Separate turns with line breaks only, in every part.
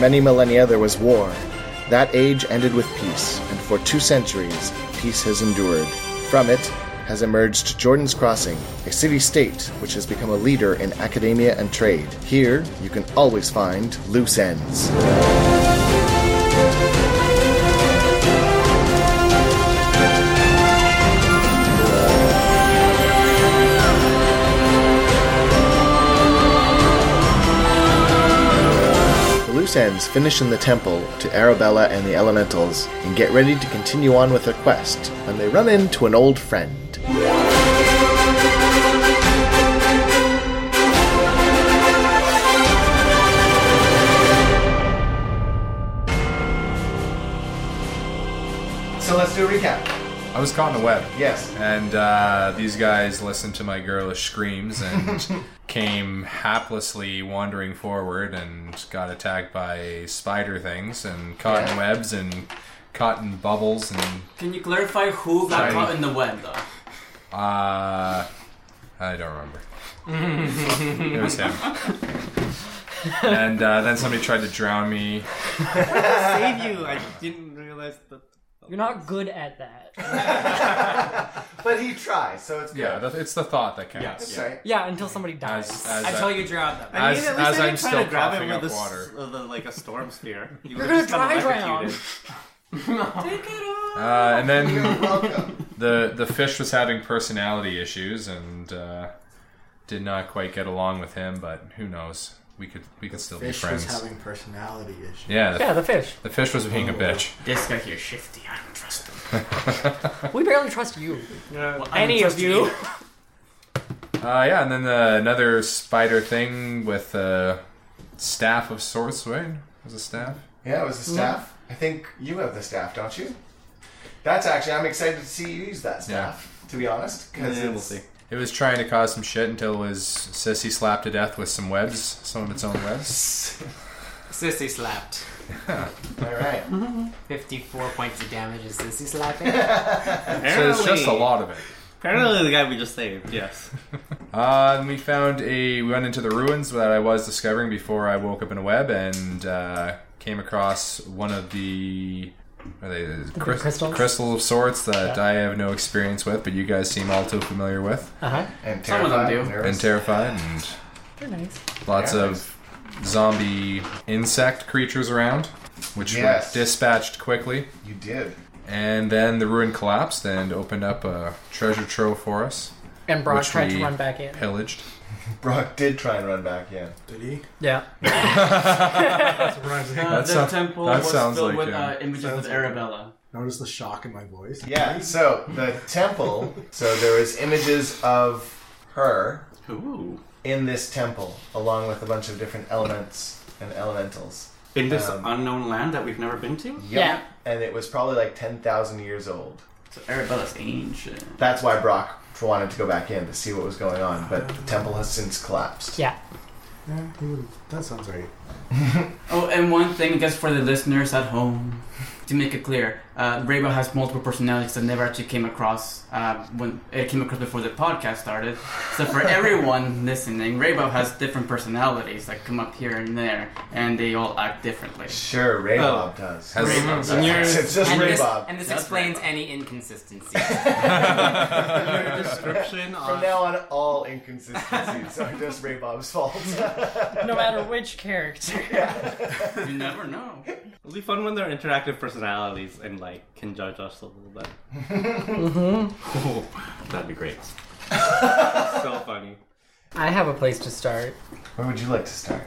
many millennia there was war. That age ended with peace, and for two centuries, peace has endured. From it has emerged Jordan's Crossing, a city state which has become a leader in academia and trade. Here, you can always find loose ends. The loose ends finish in the temple to Arabella and the Elementals and get ready to continue on with their quest when they run into an old friend. So let's do a recap.
I was caught in a web.
Yes.
And uh, these guys listened to my girlish screams and came haplessly wandering forward and got attacked by spider things and caught in webs and caught in bubbles and
Can you clarify who got
Sorry.
caught in the web, though?
uh, I don't remember. it was him. and uh, then somebody tried to drown me.
save you. I didn't realize that.
You're not good at that.
But he tries, so it's good.
Yeah, th- it's the thought that counts.
That's right.
Yeah, until somebody dies.
As, as
Until you drown them.
I
As-
mean, at
as
least I
I'm
didn't try
still
to grab
coughing
him
up
with a, s-
water.
with a, like a storm spear. You
You're
would've
gonna
just gotten
dry drown.
electrocuted.
Uh, and then
Welcome.
the the fish was having personality issues and uh, did not quite get along with him. But who knows? We could we could still
Fish
be
was
friends.
having Oh. personality issues.
yeah, the,
Yeah, the fish.
the fish was being a bitch.
This guy here, shifty. I don't trust him.
We barely trust you.
Yeah.
Well, I don't
Any
trust
of you.
Uh, yeah, and then the, another spider thing with a staff of sorts. Right? Was a staff?
Yeah, it was
Hmm?
the staff. I think you have the staff, don't you? That's actually, I'm excited to see you use that staff, to be honest. Because
Yeah, we'll see.
It was trying to cause some shit until it was sissy slapped to death with some webs, some of its own webs.
Sissy slapped.
All right.
54 points of damage is Sissy slapping.
So
Apparently,
it's just a lot of it.
Apparently, the guy we just saved. Yes.
Uh, and we found a. We went into the ruins that I was discovering before I woke up in a web and uh, came across one of the. Are they crys-
crystals?
crystals of sorts that I have no experience with, but you guys seem all too familiar with
Uh huh.
And
Some of them
terrified,
do.
and
nervous.
terrified, and
They're nice.
lots
Yeah,
of zombie insect creatures around, which
Yes.
were dispatched quickly.
you did.
And then the ruin collapsed and opened up a treasure trove for us,
And Brock
Which
tried
we-
to run back in.
pillaged.
Brock did try and run back, yeah.
Did he?
Yeah.
That's what I'm saying.
Uh,
That
the
sound-
temple
that
was
sounds
filled
like
with
him.
uh, images
Sounds
of
like
Arabella.
Notice the shock in my voice.
Yeah, so the temple, so there was images of her
Ooh.
in this temple, along with a bunch of different elements and elementals.
In this
Um,
unknown land that we've never been to.
Yep.
Yeah.
And it was probably like 10,000 years old.
So Arabella's ancient.
That's why Brock wanted to go back in to see what was going on, but the temple has since collapsed.
Yeah.
Yeah, he would- that sounds right.
Oh, and one thing, I guess, for the listeners at home, to make it clear, uh, Raybo has multiple personalities that never actually came across uh, when it came across before the podcast started. So for everyone listening, Raybo has different personalities that come up here and there, and they all act differently.
Sure, Ray
Oh.
Bob does.
Has-
It's-
And you're-
it's just
and
Ray
this,
Uh,
Bob.
and this
That's
explains
Ray Bob.
any inconsistencies.
Your description
From
on
now on, all inconsistencies are just Ray Bob's fault.
No matter which character.
You never know.
It'll be fun when they're interactive personalities and like can judge us a little bit. that'd be great. so funny.
I have a place to start.
Where would you like to start?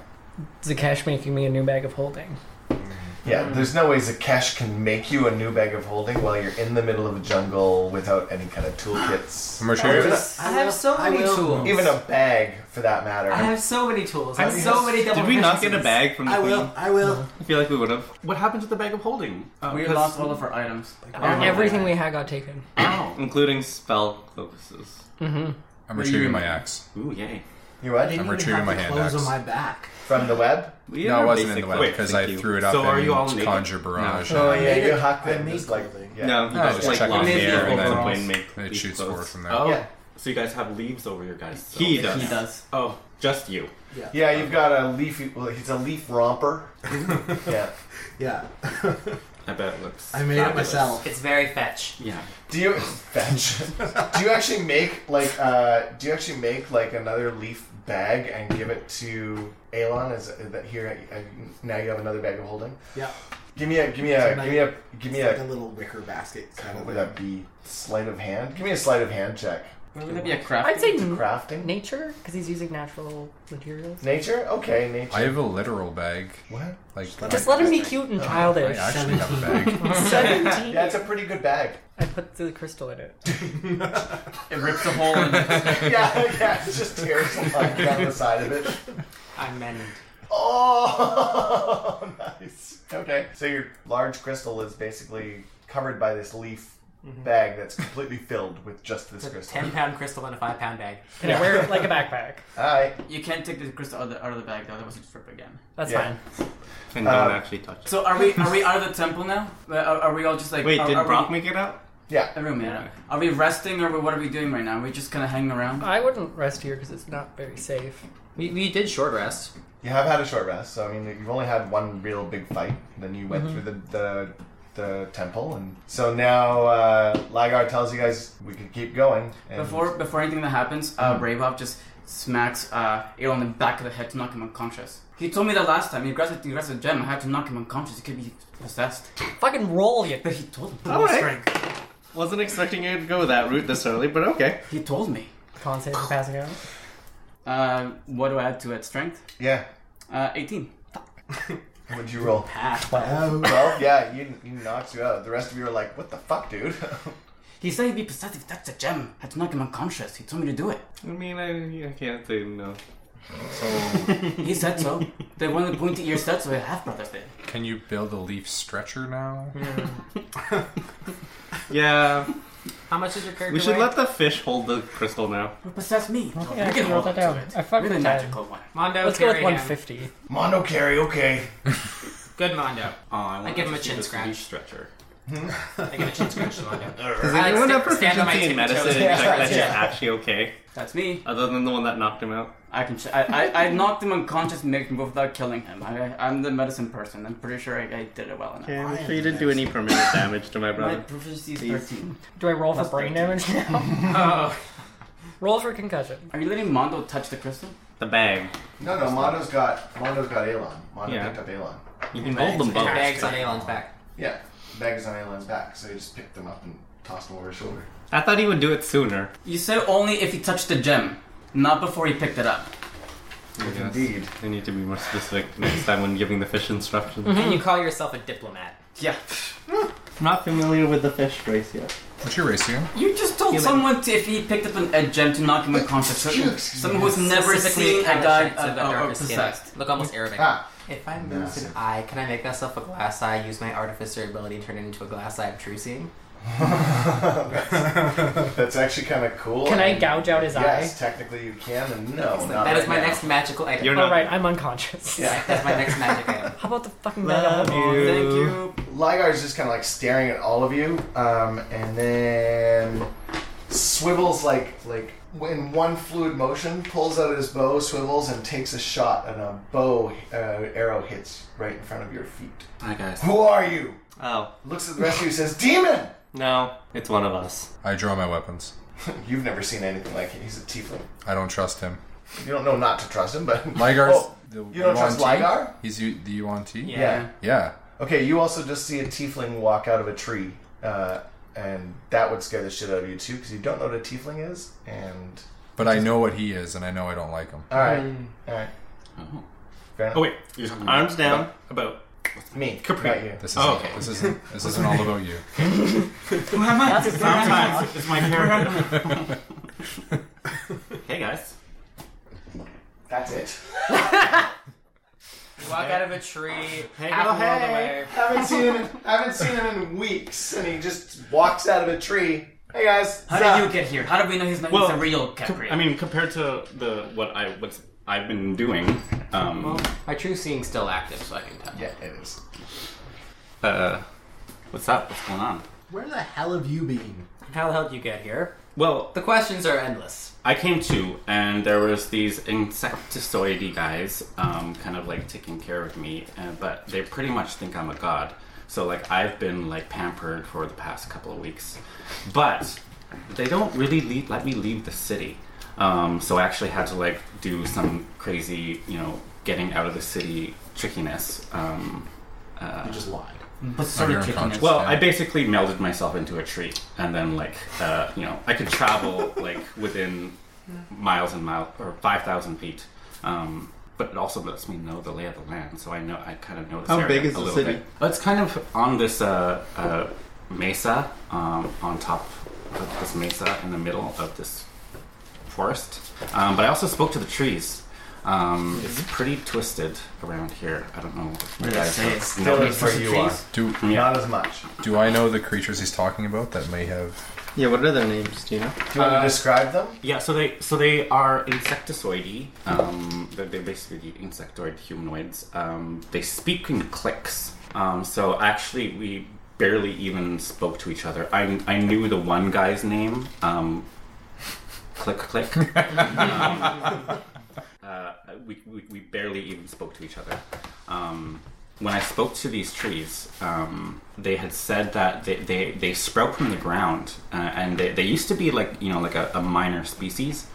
Zakesh making me a new bag of holding.
Yeah, there's no way Zakesh can make you a new bag of holding while you're in the middle of a jungle without any kind of toolkits.
Mercury.
I have so many tools.
Even a bag, for that matter.
I have so many tools. I have so many double
Did we not get a
proficiencies.
bag from the
I
queen?
will. I will.
I feel like we would have. What happened to the bag of holding? Uh,
We lost all of our items.
And everything we had got taken.
including spell focuses.
I'm retrieving my axe.
Ooh, yay!
you what?
I'm retrieving my hand
Clothes
axe.
on my back.
From the web?
We
No,
are
it wasn't in
basic-
the web
Wait,
because I
thank you.
threw it up
So are
in
you all naked?
conjure
No.
barrage.
Oh,
and
yeah, you
I
hacked them.
made
Just like,
clothing.
yeah.
No, you
No,
just
just
like
check it in
lost
the air
people
and then
from when make
It
these
shoots
clothes.
forward from there.
Oh,
Yeah.
So you guys have leaves over your guys. He does.
He does.
Oh, just you.
Yeah, you've got a leafy. Well, he's a leaf romper. yeah.
Yeah.
I bet it looks.
I made it
fabulous.
myself.
It's very fetch.
Yeah.
Do you fetch? do you actually make like uh, do you actually make like another leaf bag and give it to Elon? Is that here? uh, Now you have another bag of holding.
Yeah.
Give me a give me a
It's a
give me a give me
Like a
a
little wicker basket kind
what
of
would that
thing.
be? Sleight of hand. Give me a sleight of hand check.
Would that be a craft?
I'd say n-
Crafting.
nature because he's using natural materials.
Nature. Okay, nature.
I have a literal bag.
what?
Like,
Just
I,
let him be cute and
I
childish.
actually have a bag.
Seventeen.
Yeah, it's a pretty good bag.
I put the crystal in it.
It rips a hole in it.
yeah, yeah. It's just tears lying down the side of it.
I'm many.
Oh, nice. Okay. So your large crystal is basically covered by this leaf bag that's completely filled with just this
Mm-hmm. It's a
crystal.
ten pound crystal in a five pound bag.
And I wear it like a backpack.
All right.
You can't take the crystal out of the, out of the bag though, otherwise it's rip again.
That's
Yeah.
fine.
And
Uh,
don't
Um,
actually touch it.
So are we are we out of the temple now? Uh, Are, are we all just like
Wait,
are,
did
are
Brock
we,
make it out?
Yeah.
Everyone, yeah. Are we resting or what are we doing right now? Are we just kind of hanging around?
I wouldn't rest here because it's not very safe.
We, we did short rest.
You have had a short rest, so I mean, you've only had one real big fight. Then you
Mm-hmm.
went through the. the the temple, and so now uh, Lagar tells you guys we can keep going. And
Before before anything that happens,
Mm-hmm.
uh, Raybov just smacks uh, Eero on the back of the head to knock him unconscious. He told me that last time. He grabs a, he grabs a gem. I had to knock him unconscious. He could be possessed.
Fucking roll you.
But he told me.
All right. Wasn't expecting you to go that route this early, but okay.
He told me.
Con save for passing out.
Uh, what do I add to it? Strength?
yeah,
Uh, 18.
would you roll?
Ah,
Oh,
Well, yeah, you, you knocked you out. The rest of you are like, "What the fuck, dude?"
He said he'd be possessed if that's a gem. I had to knock him unconscious. He told me to do it.
I mean, I, I can't say no.
So,
He said so. the one with pointy ears said so. His half brothers did.
can you build a leaf stretcher now?
Yeah,
How much is your character?
we should
weigh?
let the fish hold the crystal now.
But possess me.
I
you
can
can
roll
hold
that
that
down.
down.
I fucking
You're the
can.
magical one.
Mondo
Let's go
carry
with
him.
150.
Mondo carry, okay.
Good Mondo.
Oh, I, want
give
to
him a
see
chin
this
scratch.
leaf Stretcher.
I give a chin scratch to Mondo.
Hmm? Does
I
anyone have
sta- stand on
proficiency
my
in
tippy
medicine
toes.
and check
Yeah.
that he's
Yeah.
actually okay?
That's me.
Other than the one that knocked him out?
I can. Ch- I, I I knocked him unconscious, and made him move without killing him. I, I- I'm the medicine person. I'm pretty sure I, I did it well enough.
Yeah, I'm sure you didn't do any permanent damage to my
My
brother.
proficiency is
Please.
13.
Do I roll for
Plus
brain
13.
damage now?
Oh,
roll for concussion.
Are you letting Mondo touch the crystal?
The bag.
No, no, Mondo's got Mondo's got Elon. Mondo
Yeah.
picked up Elon.
You can hold them
Bags-
both.
Bags on Elon's back.
Yeah, bag is on Elon's back, so he just picked them up and tossed them over his shoulder.
I thought he would do it sooner.
You said only if he touched the gem, not before he picked it up.
Indeed.
I need to be more specific next time when giving the fish instructions.
Mm-hmm.
Can you call yourself a diplomat?
Yeah.
I'm not familiar with the fish race yet.
What's your ratio?
You just told
Human.
someone to, if he picked up an, a gem to knock him unconscious. Someone, someone who's never
Specifically,
seen a
kind of
guy
shades of the
uh, or
darkest skin.
possessed.
Look almost Arabic.
Ah,
If I lose an eye, can I make myself a glass eye, use my artificer ability, and turn it into a glass eye of true seeing?
that's actually kind of cool.
Can I
And
gouge out his
Yes, technically you can, and no, not
that is
right
my
now.
next magical item.
You're
eye?
not.
Alright, I'm unconscious.
Yeah.
That's my next magic item.
How about the fucking
Love
meta?
you.
Oh, thank you.
Ligar's just kind of like staring at all of you, um, and then swivels like like in one fluid motion, pulls out his bow, swivels, and takes a shot, and a bow uh, arrow hits right in front of your feet.
Hi, guys.
Who are you?
Oh,
Looks at the rest of you, says, "Demon."
no. It's one of us.
I draw my weapons.
You've never seen anything like it. He's a tiefling.
I don't trust him.
You don't know not to trust him, but
Ligar's
Oh,
the
you don't trust
Yuan-Ti?
Ligar?
He's U- the Yuan T?
Yeah.
yeah.
Yeah.
Okay, you also just see a tiefling walk out of a tree, uh, and that would scare the shit out of you too because you don't know what a tiefling is. And
But I know what he is, and I know I don't like him.
all right, all right, Fair enough.
wait. Arms down. About.
me,
Capri.
not you.
This isn't,
Oh, okay.
this isn't, this isn't all about you.
Who am I?
Sometimes it's my character. hey, guys.
That's it.
Walk out of a tree,
Hey,
half
oh,
a world
hey.
away.
haven't seen him. Haven't seen him in weeks, and he just walks out of a tree. Hey guys,
How did you get here? How do we know he's not
Well,
he's a real Capri?
I mean, compared to the what I what I've been doing, um,
My true seeing's still active, so I can tell.
Yeah, it is.
uh, what's up? What's going on?
where the hell have you been?
How the hell did you get here?
Well,
The questions are endless.
I came to, and there was these insecticoidy guys, um, kind of like taking care of me, and, but they pretty much think I'm a god. So like I've been like pampered for the past couple of weeks, but they don't really leave, let me leave the city. Um, so I actually had to like do some crazy, you know, getting out of the city trickiness. Um, uh,
You just lied.
But sort
you're
of trickiness.
unconscious.
well,
Yeah.
I basically melded myself into a tree, and then like uh, you know, I could travel like within miles and miles or five thousand feet. Um, but it also lets me know the lay of the land, so I know I kind of know this
How
area
big is
a
the
little
city?
Bit. It's kind of on this uh, uh, mesa, um, on top of this mesa in the middle of this forest. Um, but I also spoke to the trees. Um, it's
Mm-hmm.
pretty twisted around here. I don't know. If you guys
say
have
it's
noticed.
Notice where you are.
Do
Yeah.
Not as much.
do I know the creatures he's talking about that may have?
Yeah, what are their names? Do you know?
Do you want
Uh,
to describe them?
Yeah, so they so they are insecticoidy. Um, they're, they're basically insectoid humanoids. Um, they speak in clicks. Um, so actually, we barely even spoke to each other. I I knew the one guy's name. Um, click click. Um, uh, we, we we barely even spoke to each other. Um, when I spoke to these trees, um, they had said that they, they, they sprout from the ground, uh, and they, they used to be like you know like a, a minor species,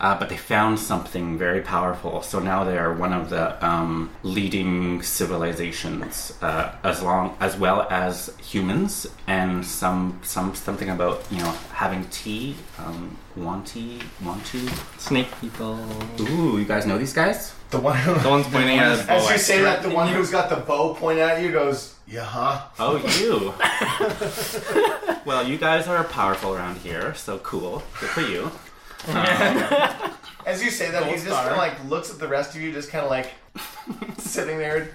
uh, but they found something very powerful. So now they are one of the um, leading civilizations, uh, as long as well as humans, and some some something about you know having tea, um, wanti, wantu.
Snake people.
Ooh, you guys know these guys?
The one who.
The one's pointing at his
As
bow.
you say that, the one who's got the bow pointed at you goes, "Yeah, huh?"
Oh, you. well, you guys are powerful around here, so cool. Good for you.
As you say that, he just kind of like looks at the rest of you, just kind of like sitting there,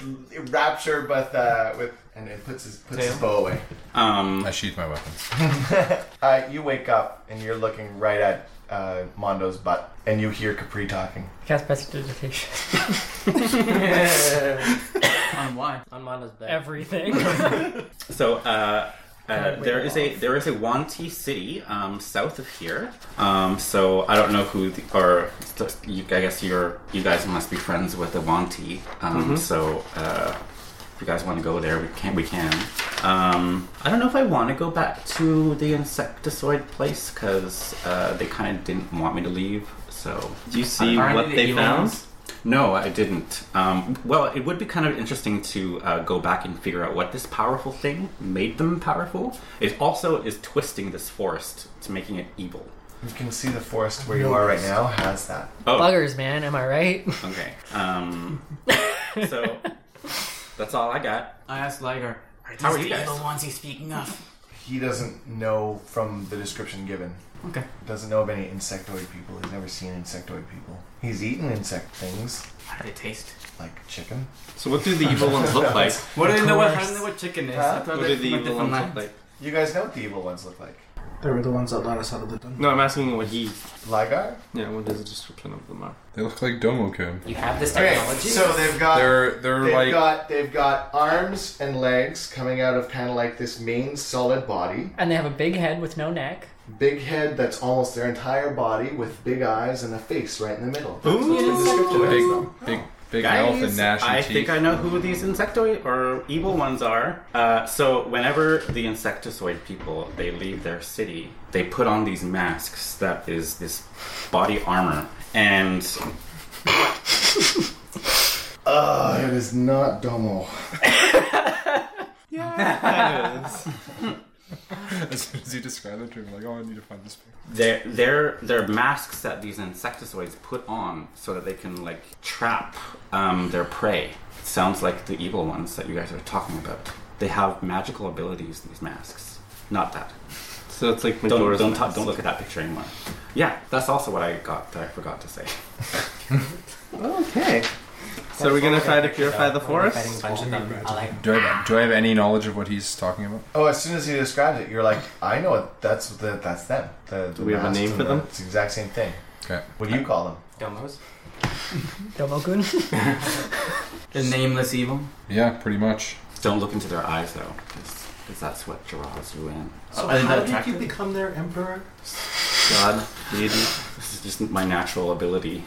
raptured with uh, with, and it puts his puts his bow away.
Um,
I sheathe my weapons.
Uh, you wake up and you're looking right at uh, Mondo's butt, and you hear Capri talking.
Cast prestidigitation.
On why?
On Mondo's bed.
Everything.
so, uh, uh, there is a there is a Wanti city um, south of here. Um, so I don't know who the, or just- you, I guess you're you guys must be friends with the Wanti. Um, So uh, if you guys want to go there, we can we can. Um, I don't know if I want to go back to the insectoid place because uh, they kind of didn't want me to leave. So
Do you see
Are
what
they the
they
evil
found?
ones?
No, I didn't. Um, well, it would be kind of interesting to uh, go back and figure out what this powerful thing made them powerful. It also is twisting this forest to making it evil.
You can see the forest where you are right now has that.
Oh,
Buggers, man. Am I right?
okay. Um, so that's all I got.
I asked Liger. Are
How are
these
you
the
guys?
evil ones he's speaking of?
He doesn't know from the description given.
Okay.
Doesn't know of any insectoid people. He's never seen insectoid people. He's eaten insect things
How do they taste?
like chicken.
So what do the evil ones look like?
What do they know? What, how
course.
do they know what chicken is?
Huh?
I thought
What
they
do the
went
evil
different
ones look
lines.
like?
You guys know what the evil ones look like.
They were the ones that let us out of the dungeon.
No, I'm asking what he.
Ligar?
Yeah, what is the description of them are?
They look like Domokun.
You have this
Okay,
technology.
so they've got
They're they're
Uh, They've
like
got they've got arms and legs coming out of kind of like this main solid body,
and they have a big head with no neck.
big head that's almost their entire body with big eyes and a face right in the middle.
big big big mouth and gnashing
I
teeth.
think I know who these insectoid or evil ones are. Uh, so whenever the insectoid people they leave their city, they put on these masks that is this body armor, and
Uh, it is not Domo.
As soon as you describe it to him, like, oh, I need to find this. Picture.
they're they're they're masks that these insectoids put on so that they can like trap um, their prey. It sounds like the evil ones that you guys are talking about. They have magical abilities. These masks, not that.
So it's like
Don't
Majora's
don't, ta-
Mask.
don't look at that picture anymore. Yeah, that's also what I got that I forgot to say.
Okay. So are we gonna try to purify the
Fighting a
forest?
bunch of them. I like
Do I have, do I have any knowledge of what he's talking about?
Oh, as soon as he describes it, you're like, I know it. That's the, that's them. The, the
Do we have a
masks
name
and
for
the-
them?
It's the exact same thing.
Okay.
What do you call them?
domos.
Domokun.
The nameless evil.
Yeah, pretty much.
Don't look into their eyes though, because that's what Geralds do in.
So
Are they
how did
attractive?
you become their emperor?
God, deity.
This is just my natural ability.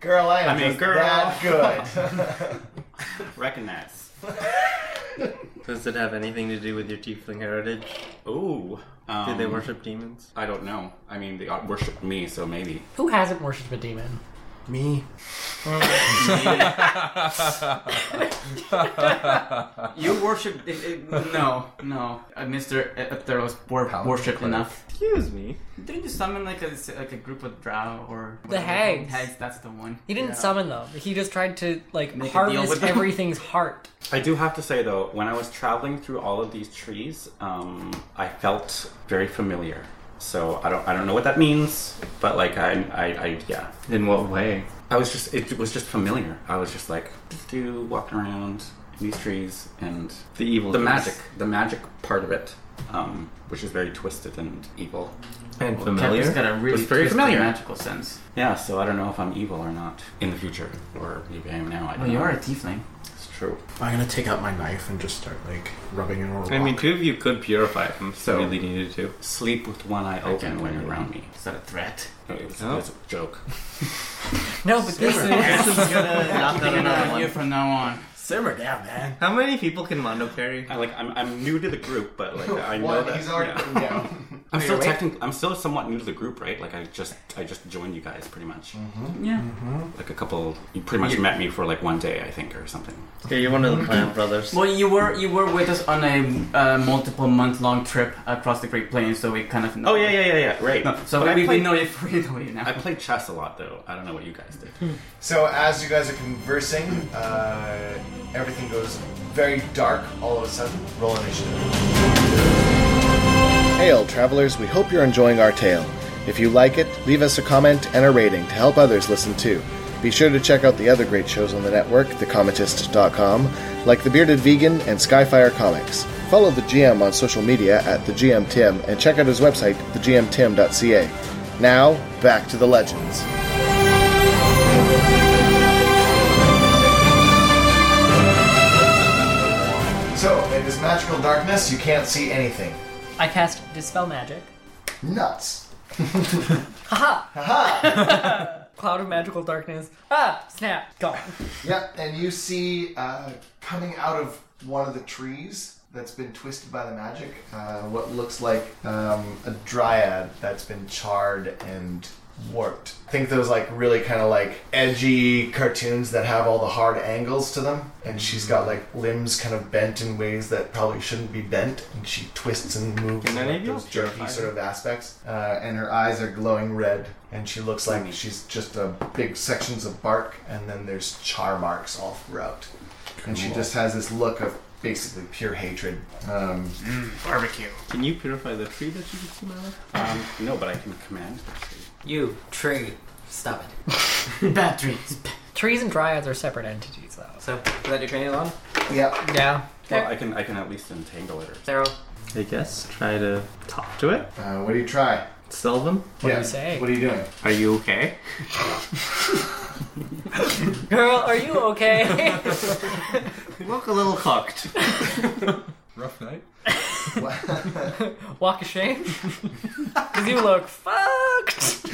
Girl, I am
I mean,
just
girl.
that good.
Recognize.
Does it have anything to do with your tiefling heritage?
Ooh. Um,
Do they worship demons?
I don't know. I mean, they worship me, so maybe.
Who hasn't worshipped a demon?
Me.
You worship. It, it, no, no. Uh, Mr. Epteros wor-
Paladin
worshipped
cleric.
enough.
Excuse me.
Didn't you summon like a like a group of drow or whatever
The
they're
hags.
called? Hags, that's the one.
He didn't summon though. He just tried to like
Make a deal with
harvest
them.
everything's heart.
I do have to say though, when I was traveling through all of these trees, um, I felt very familiar. So I don't, I don't know what that means, but like I, I, I yeah.
In what way?
I was just, it was just familiar. I was just like, just do walking around in these trees and
The evil.
the
things.
magic, the magic part of it, um, which is very twisted and evil.
And
Kepler's
familiar.
got a really
It's very
twisted
familiar.
magical sense.
Yeah, so I don't know if I'm evil or not in the future, or maybe I am now. I don't
Well, you
know.
are a tiefling.
It's true.
I'm gonna take out my knife and just start like rubbing it over.
I mean, two of you could purify if you
So-
really needed to.
Sleep with one eye open when you're around me.
Is that a threat?
It's,
Oh.
it's a joke.
No, but this is
This is gonna knock out
Keeping an
another
eye on
one.
you from now on.
simmer down, man.
How many people can Mondo carry?
I like I'm, I'm new to the group, but like I know
One,
that
he's already
yeah.
yeah. down.
I'm still
Wait, wait.
technically I'm still somewhat new to the group, right? Like I just I just joined you guys pretty much.
Yeah.
Like a couple, you pretty much
You-
met me for like one day, I think, or something.
Okay, you're one of the Plant Brothers.
Well, you were you were with us on a uh, multiple month long trip across the Great Plains, so we kind of know.
Oh yeah, yeah, yeah, yeah. Right.
No, so
But I
we, we
played-
know you we know you
I
now.
played chess a lot though. I don't know what you guys did.
So as you guys are conversing, uh, everything goes very dark all of a sudden. Roll initiative.
Hail, travelers, we hope you're enjoying our tale. If you like it, leave us a comment and a rating to help others listen too. Be sure to check out the other great shows on the network, thecommentist.com, like The Bearded Vegan and Skyfire Comics. Follow the GM on social media at thegmtim and check out his website, thegmtim.ca. Now, back to the legends.
So in this magical darkness, you can't see anything.
I cast dispel magic.
Nuts.
Cloud of magical darkness. Ah, snap, gone.
Yep, and you see uh, coming out of one of the trees that's been twisted by the magic, uh, what looks like um, a dryad that's been charred and warped. Think those like really kind of like edgy cartoons that have all the hard angles to them, and she's got like limbs kind of bent in ways that probably shouldn't be bent, and she twists and moves
Can
in
any
like,
of you
those
purify
jerky sort of aspects, uh, and her eyes are glowing red, and she looks like she's just uh, big sections of bark, and then there's char marks all throughout, and she just has this look of basically pure hatred. Um,
Barbecue.
Can you purify the tree that you can see, my love?
Um, no, but I can command. actually.
You tree. Stop it.
Bad dreams.
Trees and dryads are separate entities though.
So, is that your training alone?
yeah,
Yeah.
Well, I can I can at least entangle it. Or
Zero.
I guess try to talk to it.
uh, what do you try?
Sell them.
What do you say?
What are you doing?
Are you okay?
Girl, are you okay?
You look a little cocked.
Oh,
Rough night.
Walk of shame? Cause you look fucked.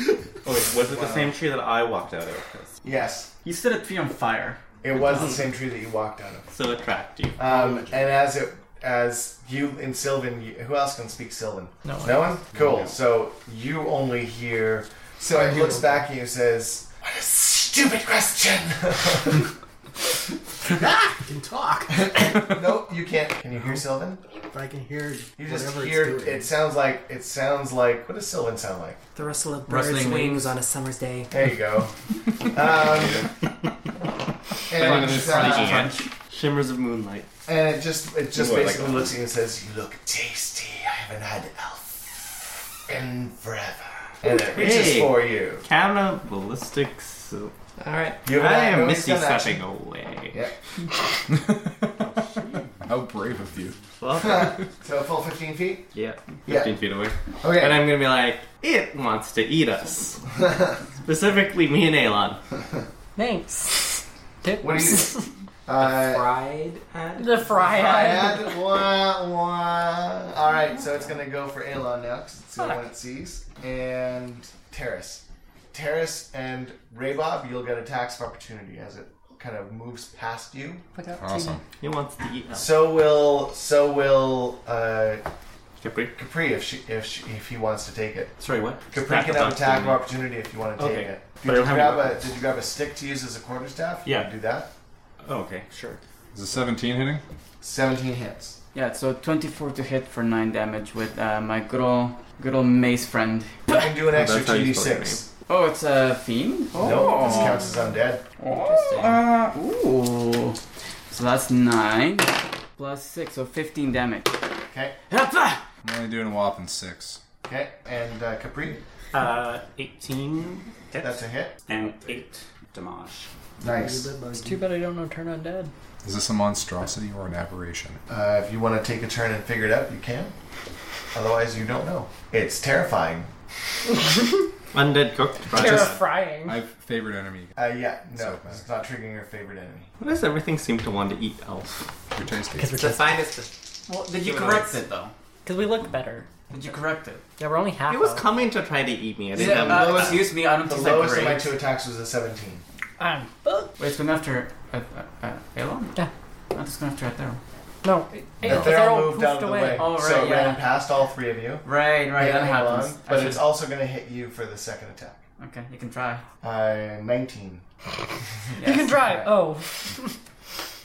Oh, wait, was it the same tree that I walked out of? 'Cause
Yes,
You set a tree on fire.
it was the same tree that you walked out of.
So it tracked you.
Um, and as it as you and Sylvan, you, who else can speak Sylvan?
No one.
No one. Cool. So you only hear. So he looks back at you and says, "What a stupid question."
I can talk,
no, you can't. Can you hear Sylvan?
but I can hear
You just
whatever
hear.
it's doing.
It sounds like it sounds like. What does Sylvan sound like?
The rustle of
birds' Rustling wings leaves.
on a summer's day.
There you go. um, and, it's, uh,
Shimmers of moonlight.
and it just it just
You are like
basically
a-
looks at you and says, "You look tasty. I haven't had elf in forever." And it reaches
Hey.
for you.
Cannibalistic soup.
All right.
You have an
I
act- no,
am
he's
Misty
got an action.
stepping away.
Yeah.
How brave of you.
Well,
So a full 15 feet?
yeah,
Yeah.
15 feet away.
Okay.
And I'm gonna be like, it wants to eat us. Specifically, me and Elon.
Thanks. Tips.
What do you do?
The
Uh,
fried ad?
The fry.
Triad, wah, wah. All right, so it's gonna go for Elon now because it's the only one it sees, and Terrace, Terrace, and Raybob. You'll get attacks of opportunity as it kind of moves past you.
Awesome.
He wants to
Oh.
eat us.
So will so will uh,
Capri?
Capri if she, if she, if he wants to take it.
Sorry, what?
Capri can have attack of opportunity if you want to take
Okay.
it.
But
Did
I
you,
don't have any
grab a,
weapons.
did you grab a stick to use as a quarterstaff?
Yeah.
You can Do that.
Oh, okay, sure.
Is a 17 hitting?
17 hits.
Yeah, so 24 to hit for 9 damage with uh, my good old, good old mace friend.
You can do an
that's
extra
how you spell
2d6.
Oh, it's a fiend? Oh,
No, this counts as undead.
Interesting. Uh, ooh. So that's 9 plus 6, so 15 damage.
Okay,
I'm only doing a whopping six.
okay. And uh, Capri,
Uh, 18 hits
that's a hit.
and 8 damage.
Nice.
It's too bad I don't know Turn Undead.
Is this a monstrosity or an aberration?
Uh, if you want to take a turn and figure it out, you can. Otherwise, you don't know. It's terrifying.
Undead cooked.
Terrifying.
My favorite enemy.
Uh, yeah, no,
So bad.
it's not triggering your favorite enemy.
Why does everything seem to want to eat elf?
You're tasty.
The finest.
Well, did you correct it, though?
Because we look better.
Did you correct it?
Yeah, we're only half.
He was
up.
coming to try to eat me. I didn't
Yeah,
have
uh,
enough.
excuse me, I don't
The
think
lowest of my
great.
two attacks was a 17.
I'm fucked.
Wait, it's going after uh, uh, uh, Elon?
Yeah.
I'm just going after Athero.
No.
The
Ew, they're all
Feral moved out of
poofed
the way,
Oh, right,
so it ran
yeah.
past all three of you.
Right, right,
Hit
that
Elon,
happens.
But
I
it's
should-
also going to hit you for the second attack.
Okay, you can try.
Uh, 19.
You can try. Oh.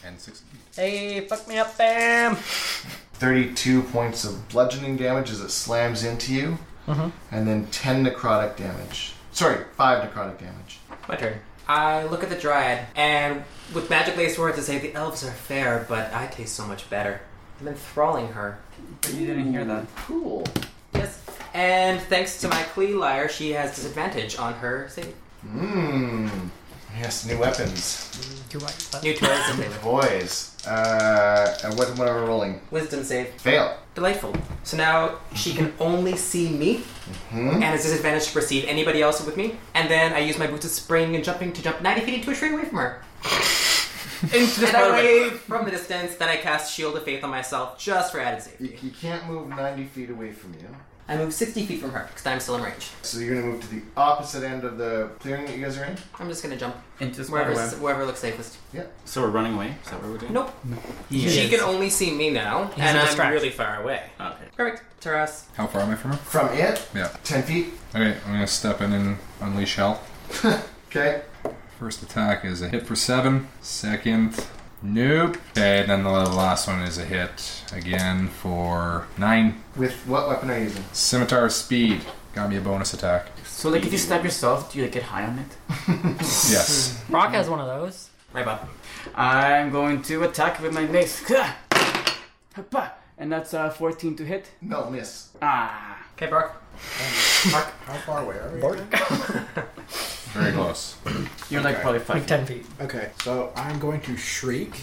And six feet.
Hey, fuck me up, bam.
32 points of bludgeoning damage as it slams into you,
Mm-hmm.
and then 10 necrotic damage. Sorry, 5 necrotic damage.
My turn. I look at the dryad, and with magic laced words, I say, The elves are fair, but I taste so much better. I'm enthralling her.
But you didn't hear that.
Cool. Yes. And thanks to my Klee lyre, she has disadvantage on her save.
Mmm. Yes, new weapons.
Do I?
New toys and flavor.
Boys. Uh, and what, what am I rolling?
Wisdom save.
Fail.
Delightful. So now she can only see me, and is disadvantaged to perceive anybody else with me. And then I use my boots of spring and jumping to jump 90 feet into a tree away from her.
Into the
And I wave from the distance, then I cast Shield of Faith on myself just for added
You,
safety.
you can't move 90 feet away from you.
I move 60 feet from her, because I'm still in range.
So you're going to move to the opposite end of the clearing that you guys are in?
I'm just gonna jump
Into the
wherever,
spiderweb.
wherever looks safest.
So we're running away? Is that what we're doing?
Nope.
He
She
is.
can only see me now,
He's
and
a
I'm
distraction.
really far away.
Okay.
Perfect. Taras.
How far am I from her?
From it?
Yeah.
10 feet.
Okay, I'm gonna step in and unleash hell.
Okay.
First attack is a hit for seven. Second, nope. Okay, then the last one is a hit again for nine.
With what weapon are you using?
Scimitar of speed got me a bonus attack.
So, like, if you stab yourself, do you like, get high on it?
Yes.
Brock has one of those.
Right, Bob.
I'm going to attack with my mace. Hoppa. And that's uh, 14 to hit.
No, miss.
Ah.
Okay, Brock.
How far away are we? again?
Very close.
You're like
Okay.
probably 5
Like 10 feet.
Okay, so I'm going to shriek,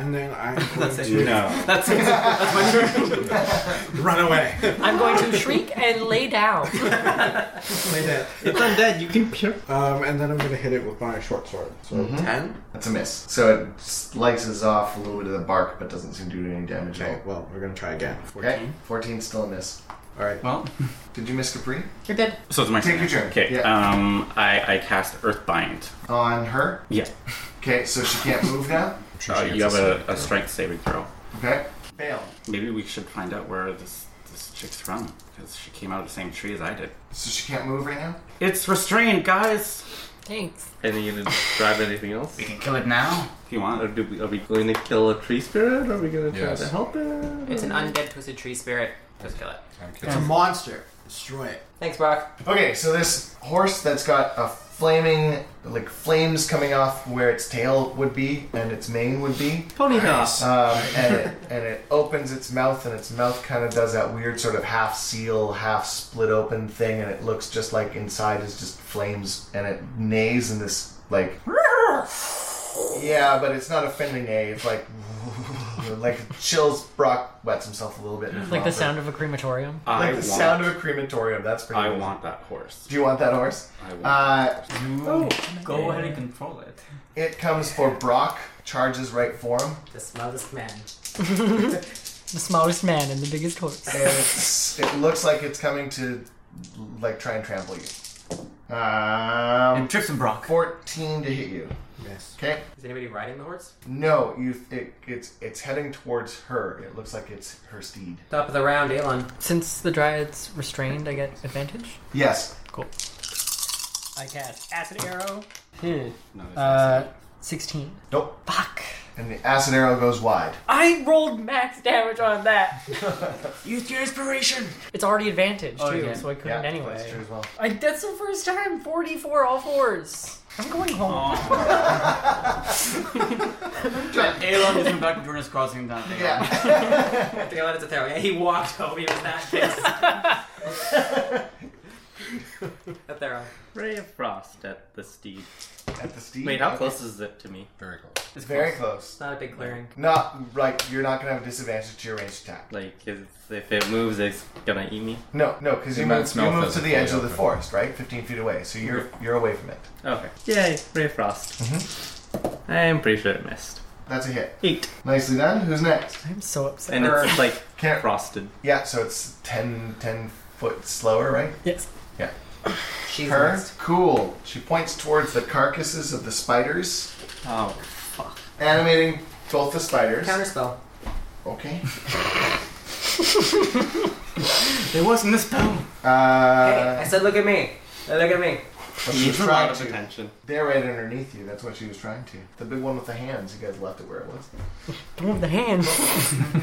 and then I'm going to
No.
That's it. That's my turn.
run away.
I'm going to shriek and lay down.
Play that.
It's undead. You can pure.
Um, and then I'm going to hit it with my short sword. So 10?
That's a miss. So it slices off a little bit of the bark, but doesn't seem to do any damage
Okay,
at
well, we're going to try again.
all. Okay. 14 still a miss.
All right.
Well,
Did you miss Capri?
You're dead.
So it's my
Take your turn.
Okay.
Yeah.
Um, I, I cast Earthbind.
On her?
Yeah.
Okay, so she can't move now?
I'm sure
Uh,
she
you
gets
have
a
a,
saving
a strength saving throw.
Okay. Fail.
Maybe we should find out where this, this chick's from, because she came out of the same tree as I did.
So she can't move right now?
It's restrained, guys!
Thanks.
And you gonna describe anything else?
we can kill it now.
If you want,
Or do we, are we going to kill a tree spirit? Are we going to try
Yes.
to help it?
It's an undead twisted tree spirit. Just kill it.
throw. Okay.
It's a monster. Destroy it.
Thanks, Brock.
Okay, so this horse that's got a flaming, like flames coming off where its tail would be and its mane would be,
Pony
um, and it and it opens its mouth and its mouth kind of does that weird sort of half seal, half split open thing, and it looks just like inside is just flames, and it neighs in this like, yeah, but it's not a friendly neigh. It's like like chills. Brock wets himself a little bit. in his
Like the
vomit.
sound of a crematorium.
Like
I
the
want-
sound of a crematorium. That's pretty.
I
amazing.
want that horse.
Do you want that horse?
I want.
Uh, you.
Go ahead and control it.
It comes for Brock. Charges right for him,
The smallest man.
The smallest man and the biggest horse.
and it's, it looks like it's coming to like try and trample you. Um,
And trips and Brock.
fourteen to hit you.
Yes.
Okay.
Is anybody riding the horse?
No, you. It, it's it's heading towards her. It looks like it's her steed.
Top of the round, Elon.
Since the dryad's restrained, I get advantage.
Yes.
I cast acid arrow.
No, it's
Uh, sixteen.
Nope.
Fuck.
And the acid arrow goes wide.
I rolled max damage on that.
Use your inspiration.
It's already advantage too,
Oh, yeah.
so I couldn't anyway.
that's true as well.
I, that's the first time. Forty-four all fours. I'm going home.
Elon is going back to Jordan's Crossing down there.
Yeah.
Um, Elon is a throw. Yeah, he walked home. He was that pissed. a throw.
Ray of frost at the steed.
At the steed.
Wait, how close is it to me?
Very close.
It's very close.
It's not a big clearing.
Not like you're not gonna have a disadvantage to your ranged attack.
Like, is, if it moves, it's gonna eat me.
No, no, because you
It might
moved, you
smell
moved to the
physically
edge of the
open.
forest, right? Fifteen feet away, so you're you're away from it.
Okay. Yay, Ray of frost. I'm pretty sure it missed.
That's a hit.
Eight.
Nicely done. Who's next?
I'm so upset.
And
Err.
it's like
Can't.
frosted.
Yeah. So it's 10, 10 foot slower, right?
Yes.
She's
Her.
next.
Cool. She points towards the carcasses of the spiders,
Oh.
animating both the spiders.
Counter spell.
Okay.
There wasn't this spell.
hey,
Uh,
I said, look at me. Hey, Look at me.
but she was
Needs a lot
trying
of
to.
attention.
They're right underneath you. That's what she was trying to. The big one with the hands. You guys left it where it was.
The one with the hand.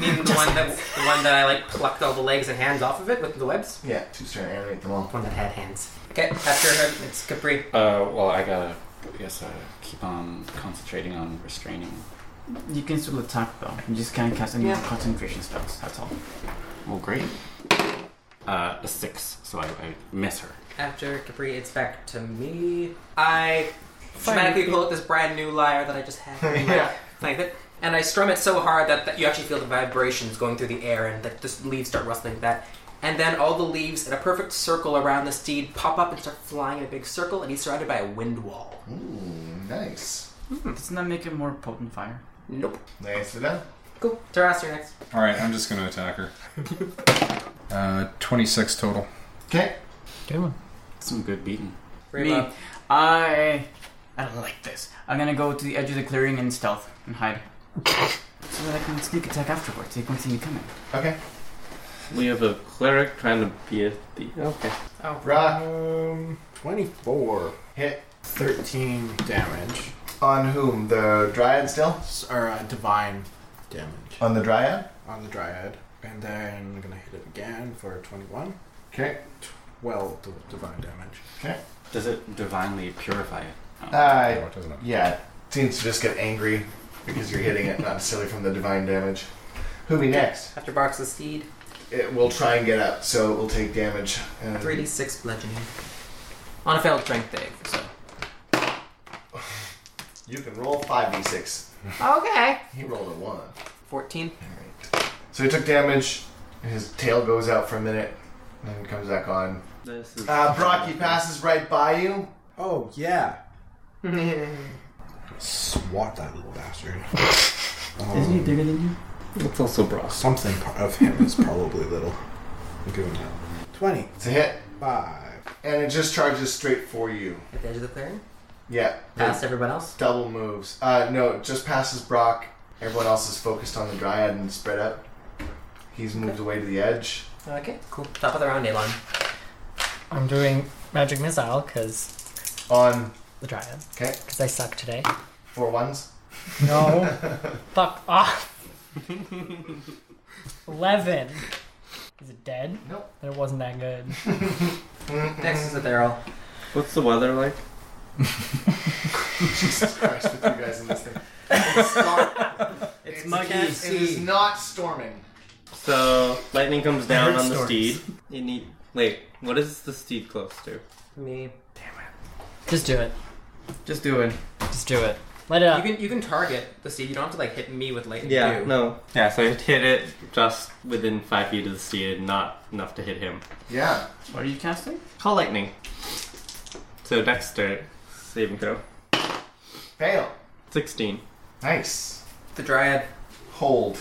Meaning the one that the one that I like plucked all the legs and hands off of it with the webs.
Yeah. She's trying to animate them all.
One that had hands. Okay, after her, it's Capri.
Uh, well, I gotta. I guess I keep on concentrating on restraining.
You can still attack though. You just can't cast any
Yeah.
concentration spells. That's all.
Well, great. Uh, a six, so I, I miss her.
After Capri, it's back to me. I dramatically pull out this brand new lyre that I just had.
Yeah.
Like that. And I strum it so hard that, that you actually feel the vibrations going through the air and that the leaves start rustling like that. And then all the leaves in a perfect circle around the steed pop up and start flying in a big circle, and he's surrounded by a wind wall.
Ooh, nice.
Doesn't that make it more potent fire?
Nope.
Nicely done.
Cool. Taras, you're next.
All right, I'm just going to attack her. Uh, 26 total.
Okay.
Damn.
Some good beating.
Me. I. I don't like this. I'm gonna go to the edge of the clearing and stealth and hide. So that I can sneak attack afterwards. They can see me coming.
Okay.
We have a cleric trying to be a thief. Okay.
Oh,
Rock
Um, 24.
hit
13 damage.
on whom? The dryad still?
S- Or uh, divine damage
On the dryad?
on the dryad. And then I'm going to hit it again for 21.
Okay.
12 d- divine damage.
Does it divinely purify it? Oh.
Uh,
Oh, it doesn't-
yeah, it seems to just get angry because you're hitting it, not necessarily from the divine damage. Who be next?
After Barks the Steed,
It will try and get up, so it will take damage. And
3d6 bludgeoning. On a failed strength save, so.
You can roll 5d6.
Okay.
He rolled a 1.
14.
Alright. So he took damage, and his tail goes out for a minute, and then comes back on.
This is
Uh, Brock, he passes right by you.
Oh, yeah. Swat that little bastard.
Isn't he bigger than you?
It's also brass.
Something part of him is probably little. I'm giving that. 25.
It's a hit, and it just charges straight for you.
At the edge of the clearing.
Yeah.
Past everyone else.
Double moves. Uh, no, it just passes Brock. Everyone else is focused on the Dryad and spread up. He's moved away to the edge.
Okay, cool. Top of the round, Elon.
I'm doing magic missile because
On
the dryad.
'Kay.
Because I suck today.
four ones.
No. Fuck off. Eleven. Is it dead?
Nope.
Then it wasn't that good.
Next is Ethereal.
What's the weather like?
Jesus Christ, with you guys in this thing.
It's,
It is not storming.
So lightning comes down
Heard
on the
stories.
steed. You need wait. What is the steed close to?
Me.
Just do it.
Just do it.
Just do it. Light it
You
up.
can you can target the seed. You don't have to like hit me with lightning.
Yeah,
too.
no. Yeah, so it hit it just within five feet of the steed, not enough to hit him.
Yeah.
What are you casting?
Call lightning. So Dexter, saving throw.
Fail.
16.
Nice.
The dryad
Hold.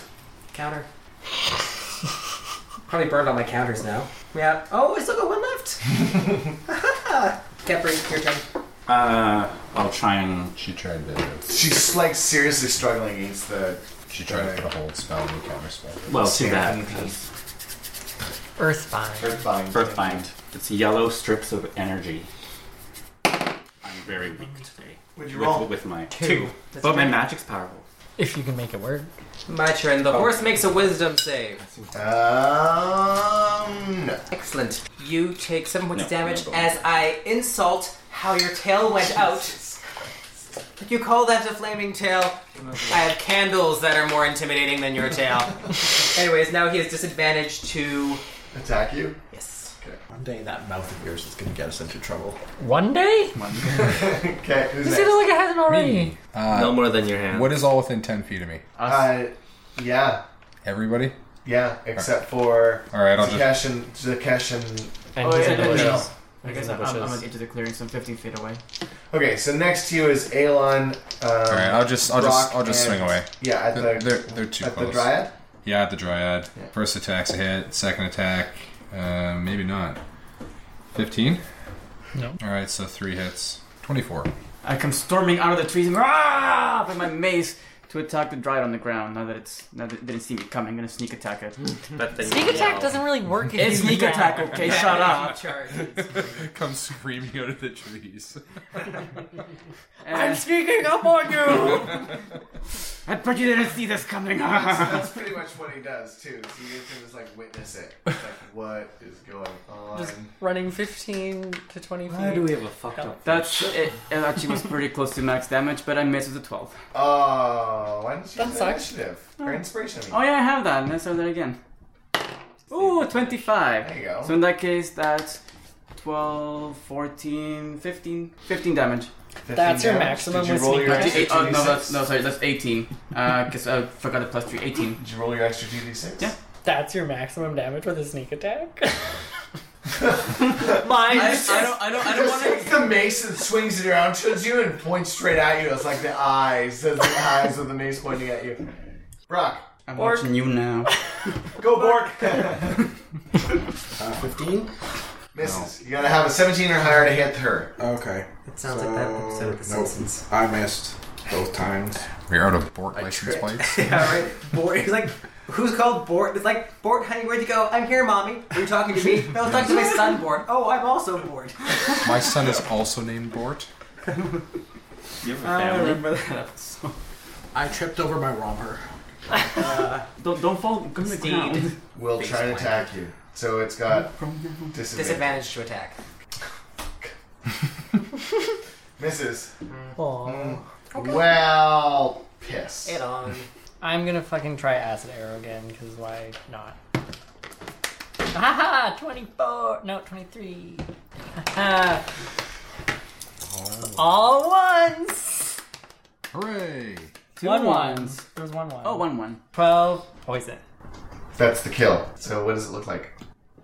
counter. Probably burned all my counters now. Yeah. Oh, I still got one left. Capri, your turn.
Uh, I'll try and.
She tried to.
She's like seriously struggling against the.
She tried to put a hold spell and counter spell.
Well, too bad.
Stampede.
because
Earthbind.
Earthbind.
Earthbind. It's yellow strips of energy. I'm very weak today.
Would you
with,
roll?
with my
Two.
two.
That's
But my
right.
magic's powerful.
If you can make it work.
My turn. The horse makes a wisdom save.
Um. No.
Excellent. You take seven points
No,
of damage
no, no.
as I insult how your tail went out. You call that a flaming tail? I have candles that are more intimidating than your tail. Anyways, now he has disadvantage to.
Attack you.
Yes.
One day that mouth of yours is going to get us into trouble.
One day?
Okay. Who's
This
next?
seems like it hasn't already.
no
Uh,
more than your hand.
what is all within ten feet of me?
Uh, yeah.
Everybody.
Yeah. Except for
All right, I'll just.
Zakesh and Zakesh and.
And
Oh,
he's
yeah,
in
yeah,
the
yeah.
bushes.
I guess I'm, I'm, I'm at the edge of the clearing, so I'm 15 feet away.
Okay. So next to you is Alon. Um,
All right, I'll just. I'll
Brock
just. I'll just swing
and-
away.
Yeah. At
They're,
the.
they're, they're too
at
close.
the dryad.
Yeah, at the dryad.
Yeah.
First attack's a hit. Second attack, uh, maybe not. Fifteen.
No.
All right, so three hits. Twenty-four.
I come storming out of the trees and ah, with my mace to attack the dryad on the ground. Now that it's now that it didn't see me coming, I'm gonna sneak attack it.
But then
Sneak
you
attack
yell.
doesn't really work if
It's
you
sneak
can-
attack, okay? Shut up.
Charge.
Come screaming out of the trees.
I'm
And
sneaking up on you!
I bet you didn't see this coming.
That's pretty much what he does too. So you can just like witness it. It's like what is going on?
Just running 15 to 20 feet.
Why do we have a fucked up?
That's it. It actually was pretty close to max damage, but I missed with the 12.
Oh, why didn't you
That
use
sucks.
initiative or inspiration? I mean.
Oh yeah, I have that. Let's have that again. Ooh, 25.
There you go.
So in that case, that's 12, 14, 15, 15 damage.
15
That's your
damage.
maximum
Did you
with
roll
sneak
your
attack.
extra
Actually, eight- oh, no, that's,
d6?
no, sorry, that's 18. Because I forgot the plus 3. 18.
Did you roll your extra d6?
Yeah.
That's your maximum damage with a sneak attack?
I,
Mine
I don't, I don't, I don't
Just
want to.
takes the mace and swings it around towards you and points straight at you. It's like the eyes, there's the eyes of the mace pointing at you. Brock,
I'm watching you now.
go Bork.
Uh, 15?
Misses. You gotta have a 17 or higher to hit her.
Okay.
It sounds like that episode of The
nope.
Simpsons.
I missed both times.
We're out of Bork license
tripped.
plates.
yeah, right. Bort. It's like, who's called Bort? It's like, Bort, honey, where'd you go? I'm here, mommy. Are you talking to me? No, I was talking to my son, Bort. Oh, I'm also Bort.
My son is also named Bort.
You have a family.
I tripped over my romper.
Don't, don't fall. Come to the
Steed.
ground.
Will try and attack you. So it's got disadvantage.
Disadvantage to attack.
Misses.
Aw.
Well, piss.
It on.
I'm gonna fucking try acid arrow again, because why not? Haha! 24! No, 23. Haha. All ones!
Hooray!
Two
One
ones.
There was one one.
Oh, one Oh, one.
12 poison.
That's the kill. So what does it look like?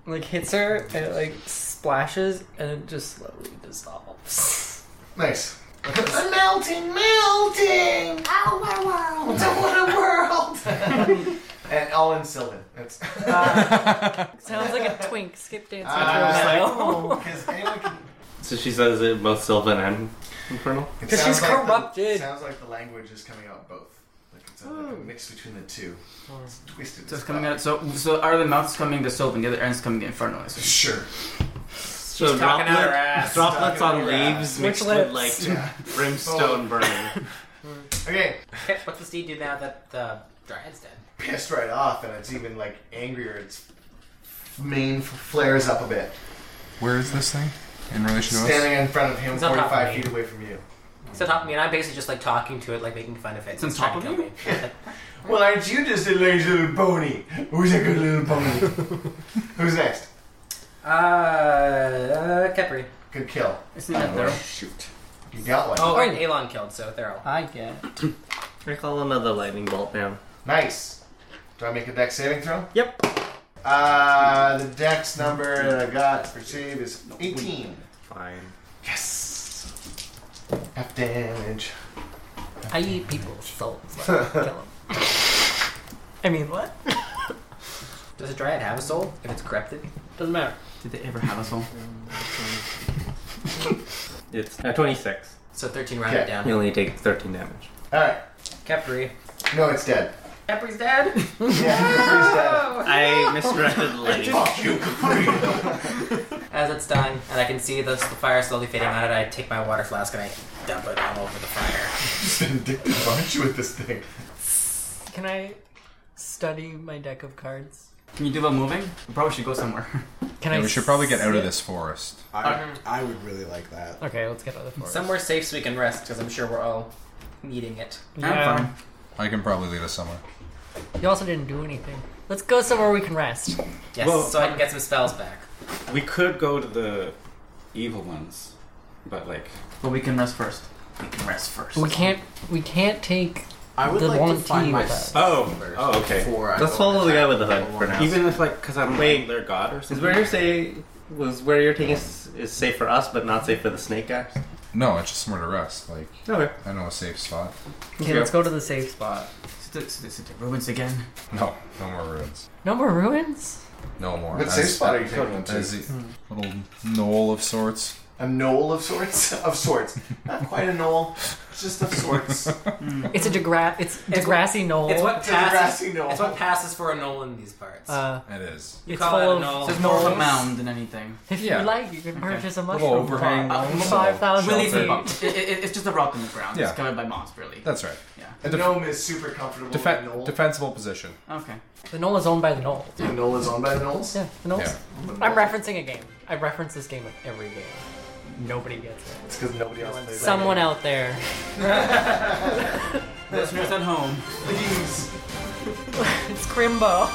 Like, hits her, and it, like, splashes, and it just slowly dissolves.
Nice. I'm melting, melting! Ow, wow, wow! What a world! and Ellen Sylvan. That's
Uh,
Sounds like a twink skip dance.
Ah, oh.
because anyone can.
So she says it both Sylvan and Infernal?
it
Because
sounds
she's
like the-
corrupted.
sounds like the language is coming out both. Like it's a, like a mix between the two. It's twisted.
Hmm. So
as
it's coming
fuck.
out. So, so out of the mouth's coming the soap, and the other end's coming the inferno. So
Sure.
So
talking out her
droplet-
ass.
droplets
Talking
on
out her
leaves mixed
Switchlets.
with like
Yeah.
brimstone burning.
Okay.
Okay, what's the steed do now that the dryad's dead?
Pissed right off, and it's even like angrier. Its mane f- flares up a bit.
Where is this thing in relation to us?
Standing in front of him,
It's on top of
45
me.
feet away from you.
It's on top of me, and I'm basically just like talking to it, like making fun of it.
It's on top
trying
of
to
you?
kill me.
Well, aren't you just a lazy little pony? Who's a good little pony? Who's next?
uh, uh, Kepri.
Good kill.
it's not there.
Shoot.
You got one.
Oh, right. Elon killed, so Theral.
I get it.
I call another lightning bolt now.
Nice. Do I make a dex saving throw?
Yep.
Uh, the dex number that I got for save is 18.
Fine.
Yes. Half damage.
I eat people's souls. Like, kill 'em. I mean, what?
Does a dryad have a soul? If it's corrupted, doesn't matter.
Did they ever have a soul?
It's
uh,
a 26.
So 13 rounded
Okay.
You
down.
only take 13 damage.
Alright.
Capri.
No, it's dead.
Capri's dead.
Yeah,
I misdirected the lightning.
As it's done, and I can see the, the fire slowly fading out, and I take my water flask and I dump it all over the fire.
He's vindictive, aren't you, with this thing?
Can I study my deck of cards?
Can you do about moving? We probably should go somewhere.
Can
Yeah,
I?
we should probably get out of
sit-
this forest.
I,
Uh-huh.
I would really like that.
Okay, let's get out of the forest.
Somewhere safe so we can rest, because I'm sure we're all needing it.
Yeah.
I'm fine.
I can probably lead us somewhere.
You also didn't do anything. Let's go somewhere we can rest.
Yes,
Well-
so I can get some spells back.
We could go to the evil ones, but like
But we can rest first. We can rest first.
We can't. We can't take.
I would
The
like to
one
find
tea
my
with us.
Oh,
first
oh, okay.
before I
Let's
go
follow the
attack
guy with the hood
evil
for
ones.
now.
even if like because I'm
Wait.
their god or
Is
something.
where you're say was where you're taking is, is safe for us, but not safe for the snake guys?
No, it's just somewhere to rest. Like
Okay.
I know a safe spot.
Okay,
Yeah.
let's go to the safe spot.
Sit, sit, sit, ruins again.
No, no more ruins.
No more ruins.
No more.
What
As-
safe spot are you taking them
as
to?
a little knoll of sorts.
A knoll of sorts? Of sorts. Not quite a knoll, just of sorts. It's
It's a degra- It's
It's
Degrassi knoll.
It's what
a grassy
passes.
knoll.
It's what passes for a knoll in these parts.
uh,
It is.
you
it's
call
full
it a
of-
knoll.
There's more of a mound than anything.
if
Yeah.
you like, you can purchase a mushroom.
Little overhang.
pot.
knoll,
Five thousand
shelter.
feet.
It, it, it- it's just a rock in the ground.
Yeah.
It's covered by moss, really.
That's right.
Yeah.
A gnome is super comfortable with a
Defe-
knoll.
defensible position.
Okay.
The knoll is owned by the knoll.
The knoll is owned by the knolls?
Yeah, the knolls.
Yeah.
I'm referencing a game. I reference this game in every game. Nobody gets it.
It's because nobody else plays
Someone out there.
Listeners at home,
Please.
it's Crimbo.